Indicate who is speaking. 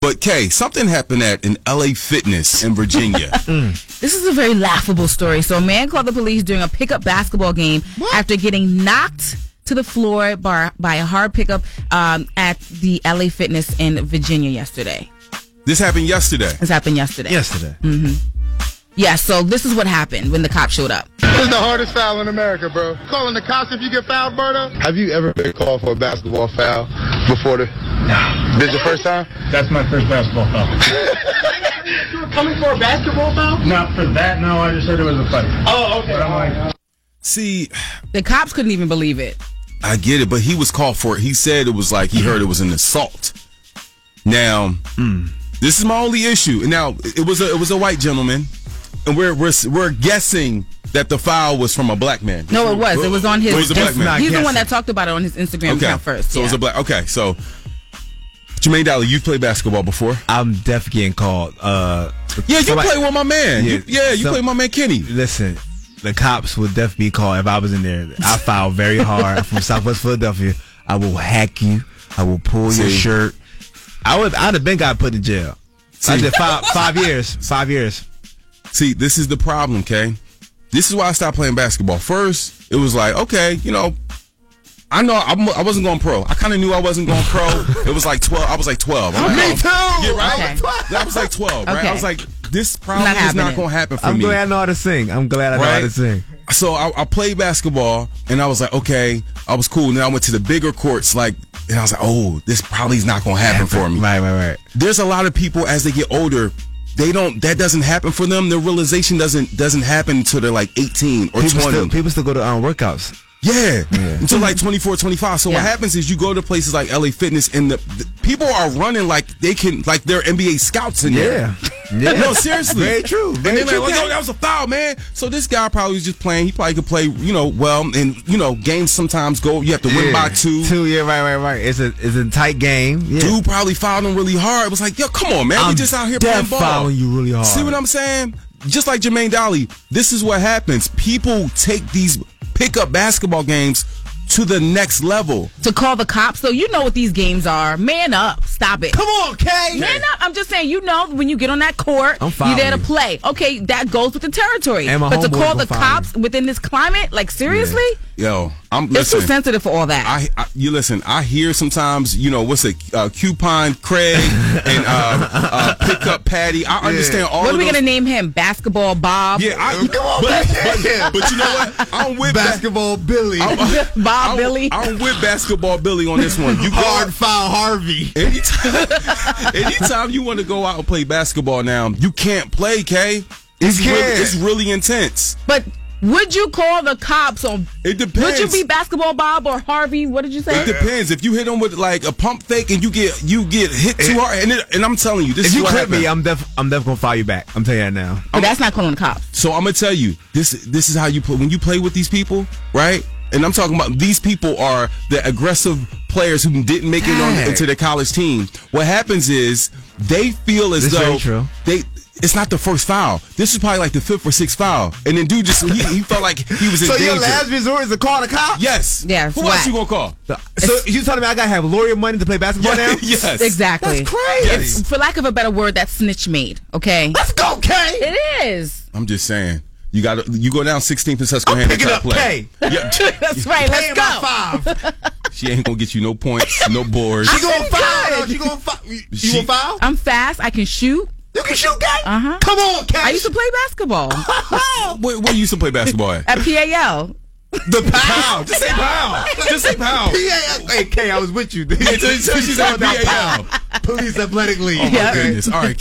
Speaker 1: But Kay, something happened at an LA Fitness in Virginia.
Speaker 2: This is a very laughable story. So, a man called the police during a pickup basketball game after getting knocked to the floor by, by a hard pickup um, at the LA Fitness in Virginia yesterday.
Speaker 1: this happened yesterday.
Speaker 2: This happened yesterday.
Speaker 3: Yesterday.
Speaker 2: Yeah, so this is what happened when the cop showed up.
Speaker 4: This is the hardest foul in America, bro. Calling the cops if you get fouled, Berto. Have you ever been called for a basketball foul before the? No. This your first time?
Speaker 5: That's my first basketball foul.
Speaker 4: You were coming for a basketball foul?
Speaker 5: Not for that, no. I just heard it was a fight.
Speaker 4: Oh, okay.
Speaker 5: But I'm like,
Speaker 1: See,
Speaker 2: The cops couldn't even believe it.
Speaker 1: I get it, but he was called for it. He said it was like he heard it was an assault. Now, this is my only issue. And Now, it was a it was a white gentleman, and we're we're we're guessing that the foul was from a black man.
Speaker 2: No, it was. It was on his.
Speaker 1: It was a black
Speaker 3: It's
Speaker 1: man.
Speaker 3: not
Speaker 2: He's the
Speaker 3: guessing.
Speaker 2: one that talked about it on his Instagram account first.
Speaker 1: So it was
Speaker 2: yeah.
Speaker 1: a black. Okay, so Jermaine Dolly, you played basketball before.
Speaker 3: I'm definitely getting called. Uh,
Speaker 1: Yeah, you
Speaker 3: somebody-
Speaker 1: played with my man.
Speaker 3: Yeah.
Speaker 1: You- Yeah, you
Speaker 3: Some-
Speaker 1: played with my man Kenny.
Speaker 3: Listen, the cops would definitely be called if I was in there. I foul very hard. I'm from Southwest Philadelphia. I will hack you. I will pull your
Speaker 1: See.
Speaker 3: shirt. I would. I'd have been got put in jail. I
Speaker 1: See.
Speaker 3: did five five years. Five years.
Speaker 1: See, this is the problem, Kay. This is why I stopped playing basketball. First, it was like, okay, you know, I know I'm, I wasn't going pro. I kind of knew I wasn't going pro. it was like 12. I was like 12. I'm like,
Speaker 3: Me
Speaker 1: oh,
Speaker 3: too.
Speaker 1: Yeah, right?
Speaker 2: Okay.
Speaker 1: That was like 12, right? I
Speaker 2: Okay.
Speaker 1: was like, this probably is
Speaker 2: Not
Speaker 1: not
Speaker 2: happening.
Speaker 1: going to happen for
Speaker 3: I'm
Speaker 1: me.
Speaker 3: glad I know how to sing. I'm glad I know how
Speaker 1: Right?
Speaker 3: to sing.
Speaker 1: so I, I played basketball and I was like, okay, I was cool. And then I went to the bigger courts, like, and I was like, oh, this probably is not going to happen for me.
Speaker 3: Right, right, right.
Speaker 1: There's a lot of people as they get older, they don't. That doesn't happen for them. Their realization doesn't doesn't happen until they're like 18 or 20.
Speaker 3: People still, people still go to um, workouts.
Speaker 1: Yeah, until like 24, 25. So what
Speaker 2: Yeah.
Speaker 1: happens is you go to places like LA Fitness and the, the people are running like they can, like they're NBA scouts in there.
Speaker 3: Yeah.
Speaker 1: No, seriously.
Speaker 3: Very true.
Speaker 1: and
Speaker 3: Very
Speaker 1: they're
Speaker 3: true,
Speaker 1: like,
Speaker 3: Kat.
Speaker 1: "Yo, that was a foul, man. So this guy probably was just playing. He probably could play, you know, well, and you know, games sometimes go. You have to win by two.
Speaker 3: Two, yeah, right, right, right. It's a it's a tight game. Yeah.
Speaker 1: Dude probably fouled him really hard. It was like, yo, come on, man. we
Speaker 3: I'm
Speaker 1: just out here
Speaker 3: def
Speaker 1: playing ball.
Speaker 3: fouling you really hard.
Speaker 1: See what I'm saying? Just like Jermaine Dolly, this is what happens. People take these pickup basketball games to the next level.
Speaker 2: to call the cops, though, you know what these games are. Man up. Stop it.
Speaker 3: Come on, Kay.
Speaker 2: Man up. I'm just saying, you know, when you get on that court,
Speaker 3: I'm
Speaker 2: you're there to
Speaker 3: following you.
Speaker 2: play. Okay, that goes with the territory.
Speaker 3: And my
Speaker 2: but to
Speaker 3: homeboy
Speaker 2: call
Speaker 3: gonna
Speaker 2: the
Speaker 3: follow
Speaker 2: cops within this climate, like seriously,
Speaker 1: Yo, I'm
Speaker 2: it's too
Speaker 1: listening.
Speaker 2: sensitive for all that.
Speaker 1: I, I you listen. I hear sometimes you know what's it, uh, coupon Craig and uh, uh, pickup Patty. I understand all.
Speaker 2: what
Speaker 1: of
Speaker 2: are we
Speaker 1: those-
Speaker 2: gonna name him? Basketball Bob.
Speaker 1: Yeah, I, but, but, but you know what? I'm with basketball.
Speaker 3: Basketball Billy.
Speaker 2: Bob Billy.
Speaker 1: I'm with basketball Billy on this one. You go out-
Speaker 3: foul Harvey.
Speaker 1: Anytime, anytime you want to go out and play basketball now, you can't play, Kay. It's,
Speaker 3: can't.
Speaker 1: Really, it's really intense.
Speaker 2: but would you call the cops on?
Speaker 1: It
Speaker 2: Would
Speaker 1: depends.
Speaker 2: you be Basketball Bob or Harvey? What did you say?
Speaker 1: It depends. If you hit them with like a pump fake and you get you get hit too hard, and, it, and I'm telling you, this
Speaker 3: If
Speaker 1: is
Speaker 3: you
Speaker 1: what
Speaker 3: clip me,
Speaker 1: happened.
Speaker 3: I'm def I'm def gonna file you back. I'm telling you that now.
Speaker 2: But that's not calling the cops.
Speaker 1: So I'm gonna tell you this. This is how you play when you play with these people, right? And I'm talking about these people are the aggressive players who didn't make it on,
Speaker 3: Dang.
Speaker 1: into the college team. What happens is they feel as
Speaker 3: This
Speaker 1: though
Speaker 3: very true.
Speaker 1: they. It's not the first foul. This is probably like the fifth or sixth foul, and then dude just he, he felt like he was in danger.
Speaker 3: resort is to call the cops?
Speaker 1: yes.
Speaker 2: Yeah, it's
Speaker 1: Who else
Speaker 2: whack.
Speaker 1: you gonna call?
Speaker 3: So you telling me I gotta have lawyer money to play basketball now?
Speaker 1: yes.
Speaker 2: Exactly.
Speaker 3: That's crazy.
Speaker 2: It's, for lack of a better word, that's snitch made. Okay.
Speaker 3: Let's go, K.
Speaker 2: It is.
Speaker 1: I'm just saying. You got to you go down 16th and Susquehanna. and
Speaker 3: I'm picking
Speaker 1: try
Speaker 3: up
Speaker 1: to play. Yeah,
Speaker 2: That's right. Let's go.
Speaker 3: five.
Speaker 1: she ain't gonna get you no points, no boards.
Speaker 3: She gonna
Speaker 2: said good.
Speaker 3: foul. She gonna foul. You
Speaker 1: She-
Speaker 3: gonna foul?
Speaker 2: I'm fast. I can shoot.
Speaker 3: You can shoot, K.
Speaker 2: Uh-huh.
Speaker 3: Come on, K.
Speaker 2: I used to play basketball
Speaker 1: Where, where you used to play basketball at?
Speaker 2: at PAL.
Speaker 1: The pound. Just say pound. Just say pound.
Speaker 3: PA. Hey, K. I was with you.
Speaker 1: Until she said
Speaker 3: Talking about
Speaker 1: PAL.
Speaker 3: Police athletic league.
Speaker 1: Oh my goodness. All right,